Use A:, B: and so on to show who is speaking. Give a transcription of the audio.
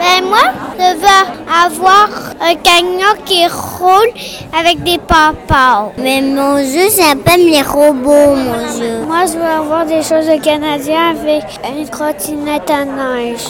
A: Ben, moi, je veux avoir un camion qui roule avec des papas.
B: Mais mon jeu, ça s'appelle les robots, mon jeu.
A: Moi, je veux avoir des choses de Canadien avec une trottinette à neige.